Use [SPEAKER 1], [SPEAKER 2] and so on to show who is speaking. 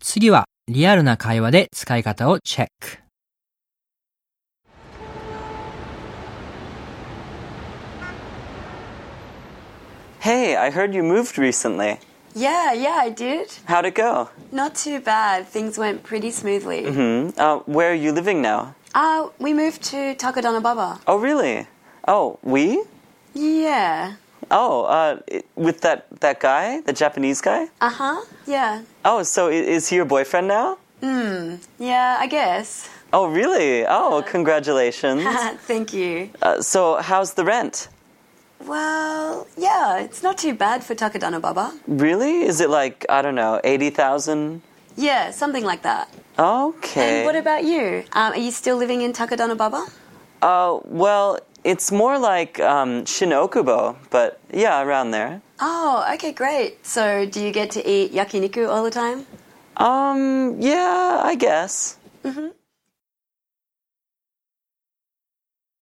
[SPEAKER 1] 次はリアルな会話で使い方をチェック。
[SPEAKER 2] Hey, I heard you moved recently.
[SPEAKER 3] Yeah, yeah, I did.
[SPEAKER 2] How'd it go?
[SPEAKER 3] Not too bad. Things went pretty smoothly.
[SPEAKER 2] Hmm? Uh, where are you living now?
[SPEAKER 3] Uh, we moved to Takodonababa.
[SPEAKER 2] Oh, really? Oh, we?
[SPEAKER 3] Yeah.
[SPEAKER 2] Oh, uh, i- with that, that guy? The Japanese guy?
[SPEAKER 3] Uh huh. Yeah.
[SPEAKER 2] Oh, so i- is he your boyfriend now?
[SPEAKER 3] Yeah, I guess.
[SPEAKER 2] Oh, really? Oh, congratulations.
[SPEAKER 3] Thank you.
[SPEAKER 2] Uh, so, how's the rent?
[SPEAKER 3] Well, yeah, it's not too bad for Takodonababa.
[SPEAKER 2] Really? Is it like, I don't know, 80,000?
[SPEAKER 3] Yeah, something like that.
[SPEAKER 2] Okay.
[SPEAKER 3] And what about you? Um, are you still living in Takodonababa?
[SPEAKER 2] uh, well, it's more like um, Shinokubo, but yeah, around there.
[SPEAKER 3] Oh, okay, great. So, do you get to eat yakiniku all the time?
[SPEAKER 2] Um, yeah, I guess.